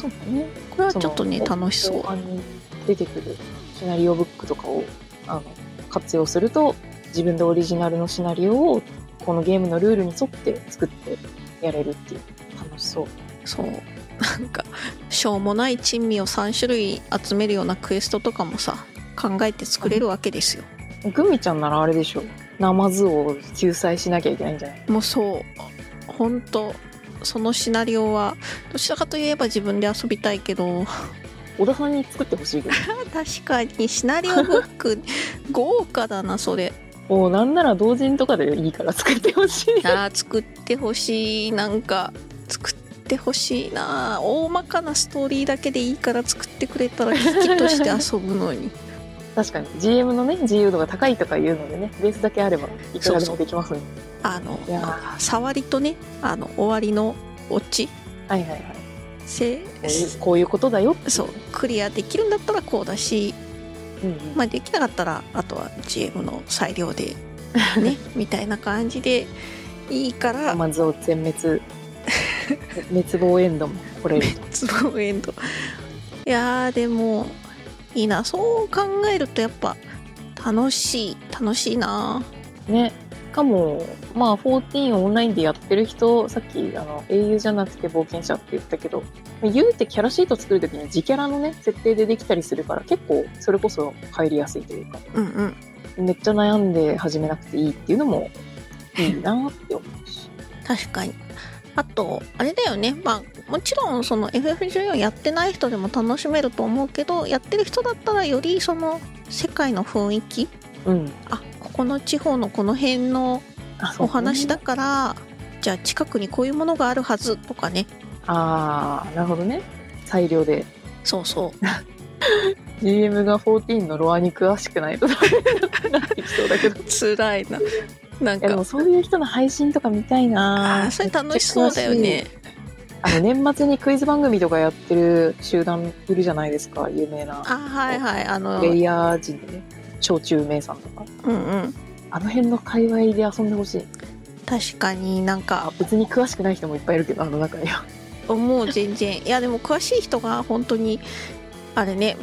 Speaker 2: そうだね
Speaker 3: これはちょっとね
Speaker 2: その
Speaker 3: 楽しそう
Speaker 2: 後半に出てくるシナリオブックとかをあの活用すると自分でオリジナルのシナリオをこのゲームのルールに沿って作ってやれるっていう楽しそう
Speaker 3: そうなんかしょうもない珍味を3種類集めるようなクエストとかもさ考えて作れるわけですよ
Speaker 2: グミちゃんならあれでしょナマズを救済しなきゃいけないんじゃない
Speaker 3: もうそう本当そのシナリオはどちらかといえば自分で遊びたいけど *laughs*
Speaker 2: 小田さんに作ってほしいけど
Speaker 3: 確かにシナリオブック *laughs* 豪華だなそれ
Speaker 2: もうなんなら同人とかでいいから作ってほしい
Speaker 3: あー作ってほしいなんか作っってほしいな大まかなストーリーだけでいいから作ってくれたら聞きとして遊ぶのに *laughs*
Speaker 2: 確かに GM のね自由度が高いとかいうのでねベースだけあればいくらでもできますね
Speaker 3: あの
Speaker 2: いやー
Speaker 3: 触りとねあの終わりのオチ
Speaker 2: はいはいはい
Speaker 3: せ
Speaker 2: こういうこういうことだよって
Speaker 3: そうクリアできるんだったらこうだし、
Speaker 2: うんうん
Speaker 3: まあ、できなかったらあとは GM の裁量でねみたいな感じでいいから
Speaker 2: まずを全滅 *laughs* 滅亡エンドもこれると
Speaker 3: ツボエンドいやーでもいいなそう考えるとやっぱ楽しい楽しいな
Speaker 2: ねしかもまあ14をオンラインでやってる人さっきあの英雄じゃなくて冒険者って言ったけど言うてキャラシート作る時に自キャラのね設定でできたりするから結構それこそ入りやすいというか
Speaker 3: うんうん
Speaker 2: めっちゃ悩んで始めなくていいっていうのもいいなって思うし
Speaker 3: 確かにあとあれだよねまあもちろんその FF14 やってない人でも楽しめると思うけどやってる人だったらよりその世界の雰囲気
Speaker 2: *laughs* うん
Speaker 3: あここの地方のこの辺の
Speaker 2: あそう
Speaker 3: お話だから、じゃあ近くにこういうものがあるはずとかね
Speaker 2: ああなるほどね裁量で
Speaker 3: そうそう
Speaker 2: GM が14のロアに詳しくないとなってきそうだけど
Speaker 3: 辛いななん
Speaker 2: いやで
Speaker 3: か
Speaker 2: もそういう人の配信とか見たい
Speaker 3: あ
Speaker 2: な
Speaker 3: ーそれ楽しそうだよね
Speaker 2: あの年末にクイズ番組とかやってる集団いるじゃないですか有名な
Speaker 3: あはいはいあの
Speaker 2: プレイヤー陣でね小中名さんとか
Speaker 3: うんうん
Speaker 2: あの辺の界隈で遊んでほしい
Speaker 3: 確かになん
Speaker 2: あ
Speaker 3: か
Speaker 2: 別に詳しくない人もいっぱいいるけどあの中には
Speaker 3: もう全然いやでも詳しい人が本当にあれね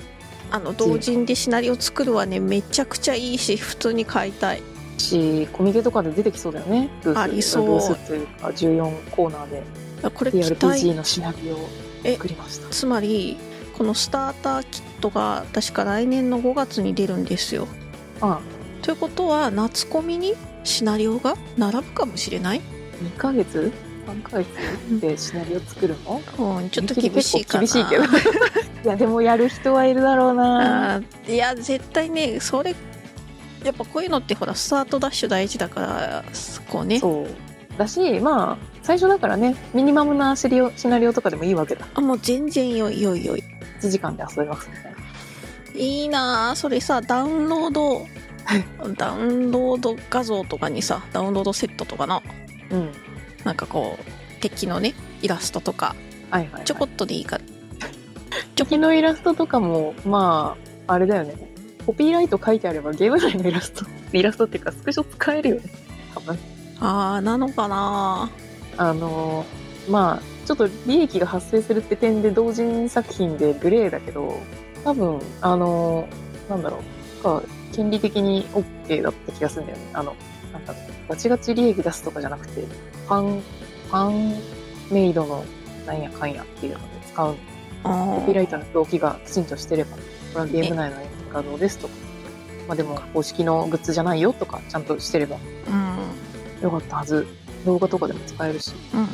Speaker 3: あの同人でシナリオ作るはねめちゃくちゃいいし普通に買いたい
Speaker 2: しコミケとかで出てきそうだよねブース
Speaker 3: ありそう
Speaker 2: ブースというか14コーナーで
Speaker 3: これ期待
Speaker 2: TRPG のシナリオを作りました
Speaker 3: つまりこのスターターキットが確か来年の5月に出るんですよ
Speaker 2: あ
Speaker 3: ということは夏コミにシナリオが並ぶかもしれない、
Speaker 2: 2ヶ月3ヶ月でシナリオ作るの
Speaker 3: うん、ちょっと厳しいかな
Speaker 2: 結構厳しいけど *laughs* いやでもやる人はいるだろうな
Speaker 3: あーいや絶対ねそれやっぱこういうのってほらスタートダッシュ大事だからこうね
Speaker 2: そうだしまあ最初だからねミニマムなシリオシナリオとかでもいいわけだ
Speaker 3: あもう全然よいよいよい
Speaker 2: 1時間で遊べますみたいない
Speaker 3: いなあそれさダウンロード *laughs* ダウンロード画像とかにさダウンロードセットとかの
Speaker 2: うん
Speaker 3: なんかこう敵のねイラストとか
Speaker 2: はいはい、はい、
Speaker 3: ちょこっとでいいから
Speaker 2: 敵のイラストとかもまああれだよねコピーライト書いてあればゲーム内のイラストイラストっていうかスクショ使えるよね多分
Speaker 3: ああなのかな
Speaker 2: あのーまあちょっと利益が発生するって点で同人作品でグレーだけど多分あのーなんだろうなんか権利的に OK だった気がするんだよねあのなんかガチガチ利益出すとかじゃなくてファンファンメイドのなんやかんやっていうので使う
Speaker 3: あー
Speaker 2: コピーライターの表記がきちんとしてればこれはゲーム内の画像ですとか、まあ、でも公式のグッズじゃないよとかちゃんとしてれば
Speaker 3: うん
Speaker 2: よかったはず動画とかでも使えるし
Speaker 3: うんうんうん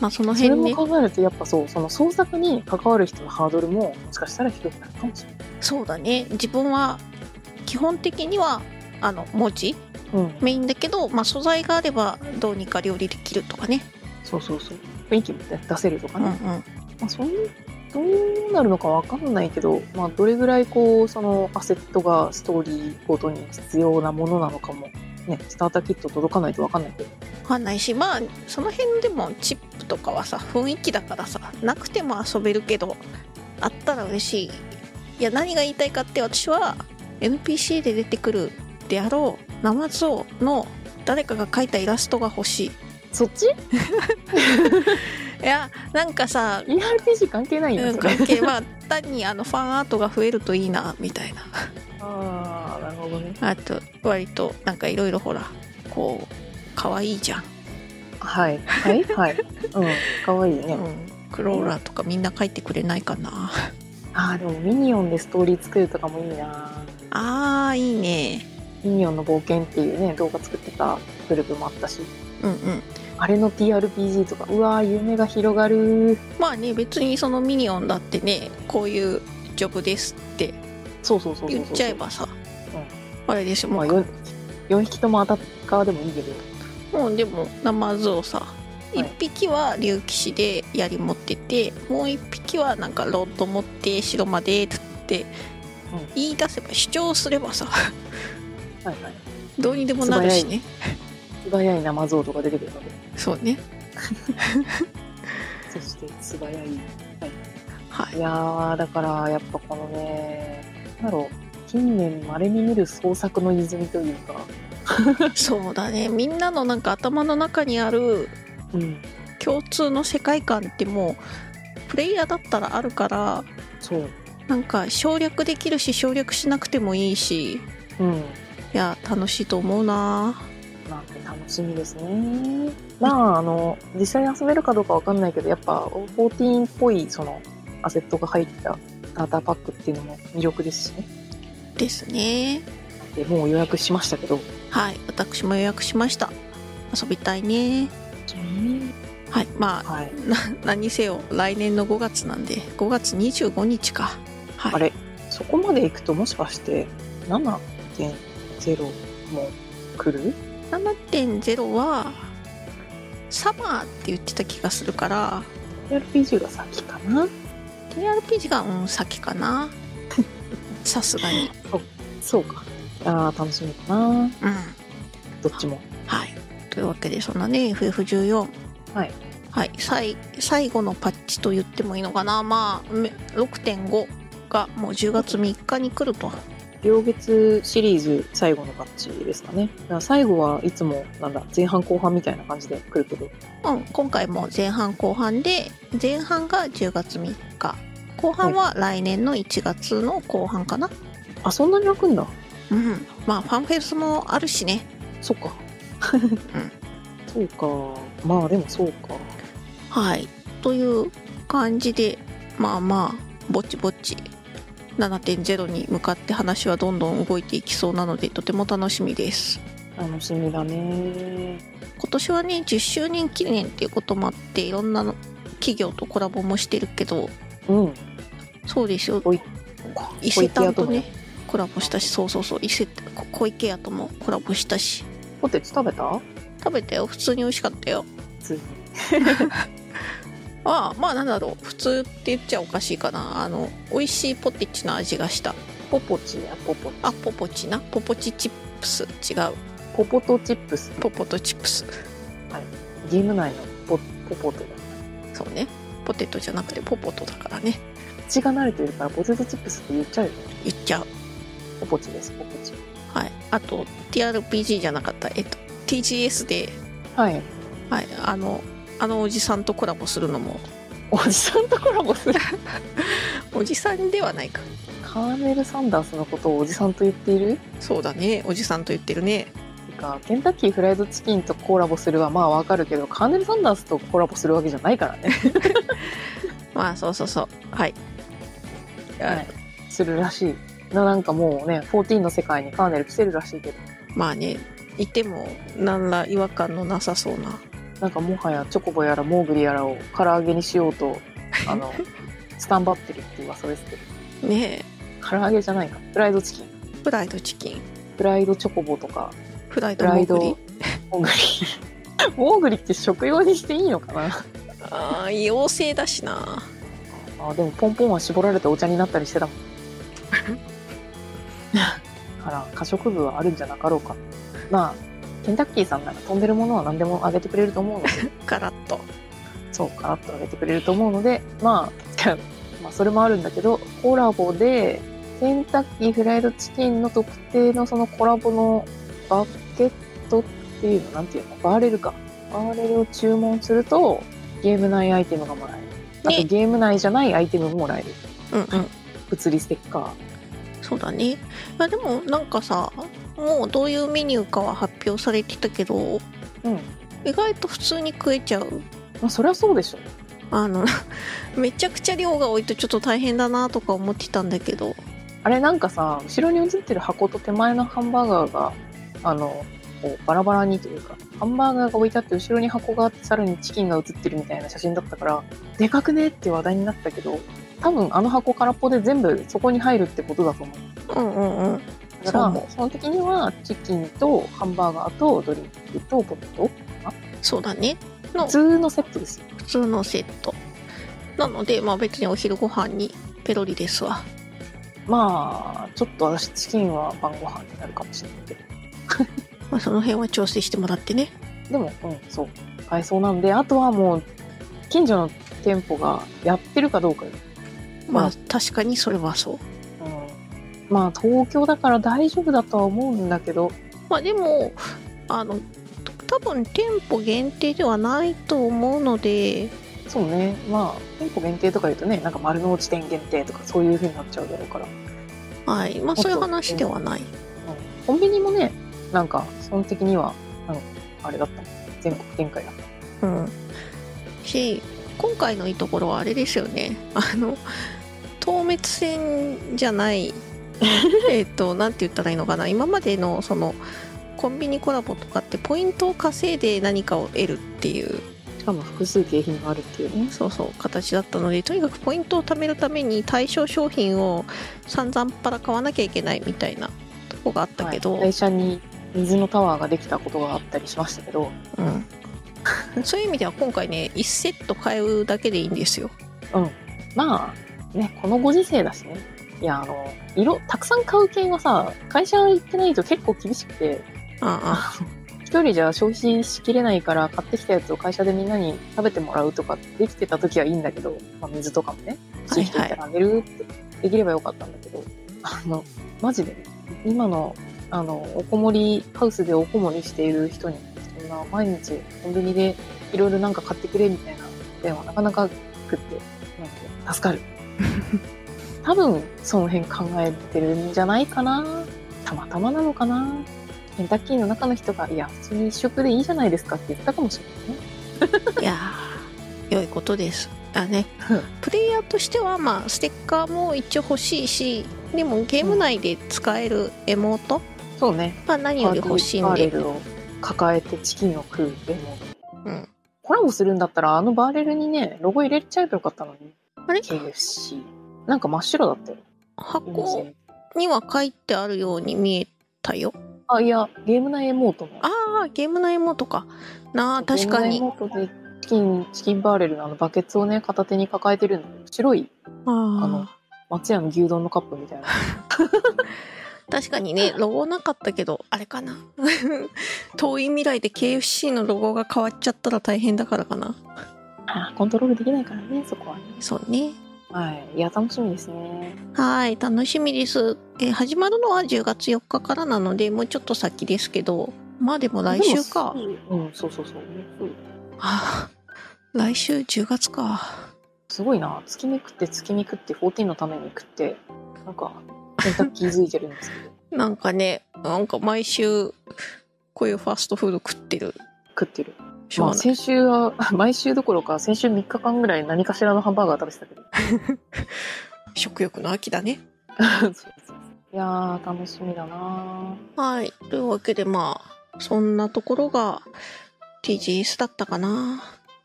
Speaker 3: まあその
Speaker 2: それ
Speaker 3: 辺
Speaker 2: も
Speaker 3: ね
Speaker 2: 考えるとやっぱそうその創作に関わる人のハードルももしかしたら低くなるかもしれない。
Speaker 3: そうだね自分は基本的にはあの文字
Speaker 2: うん、
Speaker 3: メインだけど、まあ、素材があればどうにか料理できるとかね、
Speaker 2: そうそうそう雰囲気もね出せるとか
Speaker 3: うんう
Speaker 2: ね、
Speaker 3: ん、
Speaker 2: まあ、そういうどうなるのかわかんないけど、まあ、どれぐらいこうそのアセットがストーリーごとに必要なものなのかも、ね、スターターキット届かないとわかんないけど
Speaker 3: わかんないしまあその辺でもチップとかはさ雰囲気だからさなくても遊べるけどあったら嬉しいいや何が言いたいかって私は NPC で出てくるであろう生像の誰かが描いたイラストが欲しい
Speaker 2: そっち
Speaker 3: いやなんかさ
Speaker 2: ERPG 関係ないよ
Speaker 3: う
Speaker 2: ね
Speaker 3: ん
Speaker 2: それ
Speaker 3: 関係まあ単にあのファンアートが増えるといいなみたいな
Speaker 2: *laughs* ああなるほどね
Speaker 3: あと割となんかいろいろほらこう可愛いじゃん、
Speaker 2: はいはいはいうんかわいいね、
Speaker 3: うん、クローラーとかみんな書いてくれないかな
Speaker 2: ああでもミニオンでストーリー作るとかもいいな
Speaker 3: あーいいね
Speaker 2: ミニオンの冒険っていうね動画作ってたグループもあったし
Speaker 3: うんうん
Speaker 2: あれの TRPG とかうわー夢が広がる
Speaker 3: まあね別にそのミニオンだってねこういうジョブですって
Speaker 2: そうそうそうそうそう
Speaker 3: 言っちゃえばさあれでしょ
Speaker 2: ま
Speaker 3: も
Speaker 2: あ
Speaker 3: う,、
Speaker 2: 4, 匹ともアタッカーでもいいけど
Speaker 3: もうでもナマズをさ
Speaker 2: はい
Speaker 3: 1匹は竜騎士で槍持っててもう1匹はなんかロッド持って城までって
Speaker 2: うん
Speaker 3: 言い出せば主張すればさ *laughs*
Speaker 2: はいはい。
Speaker 3: どうにでもなるしね
Speaker 2: 素早い生像とか出てくるわけ
Speaker 3: そうね
Speaker 2: そして素早い。
Speaker 3: はい
Speaker 2: *laughs* いやー、だからやっぱこのね、なんだろう、近年まれに見る創作の泉というか、
Speaker 3: そうだねみんなのなんか頭の中にある
Speaker 2: うん、
Speaker 3: 共通の世界観ってもうプレイヤーだったらあるから
Speaker 2: そう。
Speaker 3: なんか省略できるし省略しなくてもいいし
Speaker 2: うん。
Speaker 3: いや楽しいと思うな
Speaker 2: なんて楽しみですね。まあ、あの、実際に遊べるかどうかわかんないけど、やっぱ14っぽいそのアセットが入ったスターターパックっていうのも魅力ですしね。
Speaker 3: ですね
Speaker 2: でもう予約しましたけど、
Speaker 3: はい私も予約しました遊びたいねはいまあ
Speaker 2: はい。
Speaker 3: 何せよ来年の5月なんで5月25日かはい
Speaker 2: あれ、そこまで行くともしかして7.0も来る
Speaker 3: 7.0はサマーって言ってた気がするから
Speaker 2: ?RPG が先かな
Speaker 3: TRPG がうん先か
Speaker 2: *laughs*
Speaker 3: なさすがに
Speaker 2: そうか。ああ、楽しみだな。
Speaker 3: うん
Speaker 2: どっちも。
Speaker 3: はいというわけでそんなね FF14
Speaker 2: はい、
Speaker 3: はい、最最後のパッチと言ってもいいのかなまあめ6.5がもう10月3日に来ると
Speaker 2: 両月シリーズ最後のバッチですかね。だから最後はいつも、なんだ、前半後半みたいな感じで来るけど。
Speaker 3: うん、今回も前半後半で前半が10月3日後半は来年の1月の後半かな、
Speaker 2: あ、そんなに開くんだ。
Speaker 3: うんまあファンフェスもあるしね
Speaker 2: そっか。そうか。まあでもそうか。
Speaker 3: はいという感じでまあまあぼちぼち7.0に向かって話はどんどん動いていきそうなのでとても楽しみです
Speaker 2: 楽しみだね。
Speaker 3: 今年はね10周年記念っていうこともあっていろんなの企業とコラボもしてるけど
Speaker 2: うん。
Speaker 3: そうですよ
Speaker 2: おい
Speaker 3: 伊勢丹とね
Speaker 2: 小池屋も。
Speaker 3: コラボしたしそうそうそう伊勢丹こ小池屋ともコラボしたし
Speaker 2: ポテチ食べた
Speaker 3: 食べたよ普通に美味しかったよ
Speaker 2: 普通に。
Speaker 3: ああまあなんだろう普通って言っちゃおかしいかなあの美味しいポテチの味がした
Speaker 2: ポポチや、ポポチ。
Speaker 3: あポポチなポポチチップス違う
Speaker 2: ポポトチップス。
Speaker 3: ポポとチップス
Speaker 2: ゲーム内のポポポトだ。
Speaker 3: そうねポテトじゃなくてポポトだからね
Speaker 2: 血が慣れてるからポテトチップスって言っちゃうよね。
Speaker 3: 言っちゃう
Speaker 2: ポポチです、ポポチ。
Speaker 3: はいあと TRPG じゃなかったえっと TGS で
Speaker 2: はい。
Speaker 3: はい、あのあのおじさんとコラボするのも
Speaker 2: おじさんとコラボする。
Speaker 3: おじさんではないか
Speaker 2: カーネル・サンダースのことをおじさんと言っている
Speaker 3: そうだねおじさんと言ってるね
Speaker 2: てかケンタッキーフライドチキンとコラボするはまあわかるけどカーネル・サンダースとコラボするわけじゃないからね、 *laughs*
Speaker 3: まあそうそうそうはい、
Speaker 2: はい、するらしいななんかもうね14の世界にカーネル来てるらしいけど
Speaker 3: まあねいても何ら違和感のなさそうな
Speaker 2: なんかもはやチョコボやらモーグリやらを唐揚げにしようとあのスタンバってるっていう噂ですけど
Speaker 3: ね
Speaker 2: 唐揚げじゃないかフライドチキン
Speaker 3: えフライドチキン
Speaker 2: フライドチョコボとか
Speaker 3: フライ
Speaker 2: フ
Speaker 3: ド
Speaker 2: ラ
Speaker 3: モ
Speaker 2: イ
Speaker 3: ーグリ
Speaker 2: ドモーグリ *laughs* モーグリって食用にしていいのかな
Speaker 3: ああ妖精だしな
Speaker 2: あでもポンポンは絞られてお茶になったりしてたも *laughs* んだから可食部はあるんじゃなかろうかまあケンタッキーさんなら飛んでるものは何でもあげてくれると思うので
Speaker 3: ガラッと
Speaker 2: *laughs* そうカラッとあげてくれると思うのでまあ *laughs* まあそれもあるんだけどコラボでケンタッキーフライドチキンの特定のそのコラボのバケットっていうのなんていうのバーレルかバーレルを注文するとゲーム内アイテムがもらえるあと
Speaker 3: ね
Speaker 2: ゲーム内じゃないアイテムももらえる
Speaker 3: うんうん
Speaker 2: 物理ステッカー
Speaker 3: そうだねいやでもなんかさもうどういうメニューかは発表されてたけど
Speaker 2: うん、
Speaker 3: 意外と普通に食えちゃう
Speaker 2: まあ、そりゃそうでしょ
Speaker 3: あの *laughs* めちゃくちゃ量が多いとちょっと大変だなとか思ってたんだけど
Speaker 2: あれなんかさ後ろに映ってる箱と手前のハンバーガーがあのこうバラバラにというかハンバーガーが置いてあって後ろに箱があってさらにチキンが映ってるみたいな写真だったからでかくねって話題になったけど多分あの箱空っぽで全部そこに入るってことだと思う
Speaker 3: うんうんうん
Speaker 2: だから
Speaker 3: そう
Speaker 2: その時にはチキンとハンバーガーとドリンクとポテト
Speaker 3: そうだねの
Speaker 2: 普通のセットですよ。
Speaker 3: 普通のセットなのでまあ別にお昼ご飯にペロリですわ
Speaker 2: まあ、ちょっと私、チキンは晩ご飯になるかもしれないけど。
Speaker 3: まあその辺は調整してもらってね
Speaker 2: でも、うん、そう。買えそうなんで、あとはもう、近所の店舗がやってるかどうかよ
Speaker 3: ま
Speaker 2: ま
Speaker 3: あ
Speaker 2: あ
Speaker 3: 確かにそれはそう
Speaker 2: うんまあ東京だから大丈夫だとは思うんだけど、
Speaker 3: まあでもあのと多分店舗限定ではないと思うので
Speaker 2: そうね、まあ店舗限定とか言うとね、なんか丸の内店限定とかそういう風になっちゃうだろうから、うん
Speaker 3: はいまあ
Speaker 2: あと
Speaker 3: そういう話ではない
Speaker 2: コンビニもね、なんか基本的には、なんかあれだったもん全国展開だった。
Speaker 3: うんし今回のいいところはあれですよねあの東滅線じゃない
Speaker 2: *laughs*
Speaker 3: えっとなんて言ったらいいのかな今までのそのコンビニコラボとかってポイントを稼いで何かを得るっていう
Speaker 2: しかも複数景品があるっていうね。
Speaker 3: そうそう形だったのでとにかくポイントを貯めるために対象商品を散々パラ買わなきゃいけないみたいなとこがあったけど、
Speaker 2: はい会社に水のタワーができたことがあったりしましたけど、
Speaker 3: うん、そういう意味では今回ね1セット買うだけでいいんですよ
Speaker 2: まあね、このご時世だしね。いや、あの、色、たくさん買う系はさ、会社行ってないと結構厳しくて、
Speaker 3: あ
Speaker 2: 一人じゃ消費しきれないから買ってきたやつを会社でみんなに食べてもらうとかできてた時はいいんだけど、まあ、水とかもね
Speaker 3: はいはい
Speaker 2: 地域行ったらあげるってできればよかったんだけど、あのマジでね今のあのおこもりハウスでおこもりしている人にそんな毎日コンビニでいろいろなんか買ってくれみたいな電話なかなか食ってなんて助
Speaker 3: *laughs*
Speaker 2: かる多分その辺考えてるんじゃないかなたまたまなのかなケンタッキーの中の人が「いや普通に一食でいいじゃないですか」って言ったかもしれないね
Speaker 3: あいやー良いことですあね *laughs*
Speaker 2: うん
Speaker 3: プレイヤーとしてはまあステッカーも一応欲しいしでもゲーム内で使えるエモート
Speaker 2: そうね
Speaker 3: が何より欲しいん
Speaker 2: バーレ
Speaker 3: で、
Speaker 2: ルを抱えてチキンを食うでも
Speaker 3: うん、
Speaker 2: コラボするんだったらあのバーレルにねロゴ入れちゃえばよかったのに
Speaker 3: あれ
Speaker 2: KFC なんか真っ白だったよ
Speaker 3: 箱には書いてあるように見えたよ
Speaker 2: あいやゲーム内エモートの
Speaker 3: ああゲーム内もとかなあ確か
Speaker 2: ゲー
Speaker 3: に
Speaker 2: ム内エモートでチキンチキンバーレルのあのバケツをね片手に抱えてるんだけど白いあの
Speaker 3: あ
Speaker 2: 松屋の牛丼のカップ
Speaker 3: *laughs*
Speaker 2: みたいな
Speaker 3: ー確かにねロゴなかったけどあれかな *laughs* 遠い未来で KFC のロゴが変わっちゃったら大変だからかな
Speaker 2: あコントロールできないからねそこはね
Speaker 3: そうね
Speaker 2: はいいや楽しみですね
Speaker 3: はい楽しみです、えー始まるのは10月4日からなのでもうちょっと先ですけどまあでも来週か
Speaker 2: でもうんそうそうそううん
Speaker 3: あー *laughs* 来週10月か
Speaker 2: すごいな月見食って月見食って14のために食ってなんかケンタッキーづいてるんですけど *laughs*
Speaker 3: なんかねなんか毎週こういうファストフード食ってる
Speaker 2: 食ってる
Speaker 3: しょうが
Speaker 2: まあ
Speaker 3: ない
Speaker 2: 先週は *laughs* 毎週どころか先週3日間ぐらい何かしらのハンバーガー食べてたけど *laughs*
Speaker 3: 食欲の秋だね。
Speaker 2: そうそうそういやー楽しみだな
Speaker 3: はい。というわけでまあ、そんなところが TGS だったかな。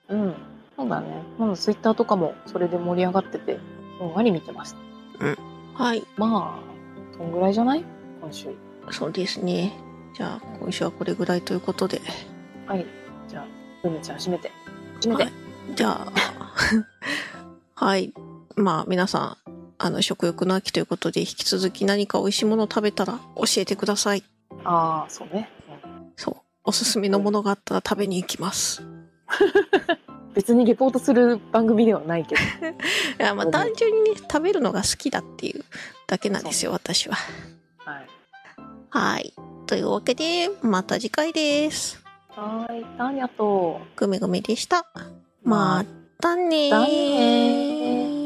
Speaker 2: うんそうだねまだツイッターとかもそれで盛り上がっててふんわり見てました
Speaker 3: はい。
Speaker 2: まあそんぐらいじゃない今週
Speaker 3: そうですね。じゃあ、今週はこれぐらいということで。
Speaker 2: はいじゃあ梅ちゃん閉めて閉め
Speaker 3: は
Speaker 2: て、
Speaker 3: い。じゃあ、はい。まあ、皆さん、あの、食欲の秋ということで、引き続き何か美味しいものを食べたら教えてください。
Speaker 2: ああそうね、うん
Speaker 3: そう。おすすめのものがあったら食べに行きます。
Speaker 2: 別にレポートする番組ではないけど
Speaker 3: いや、まあ、単純にね、食べるのが好きだっていうだけなんですよ、私は。
Speaker 2: はい
Speaker 3: はい。というわけで、また次回です。
Speaker 2: はーいターニャと
Speaker 3: グミグミでした。またねー
Speaker 2: またねー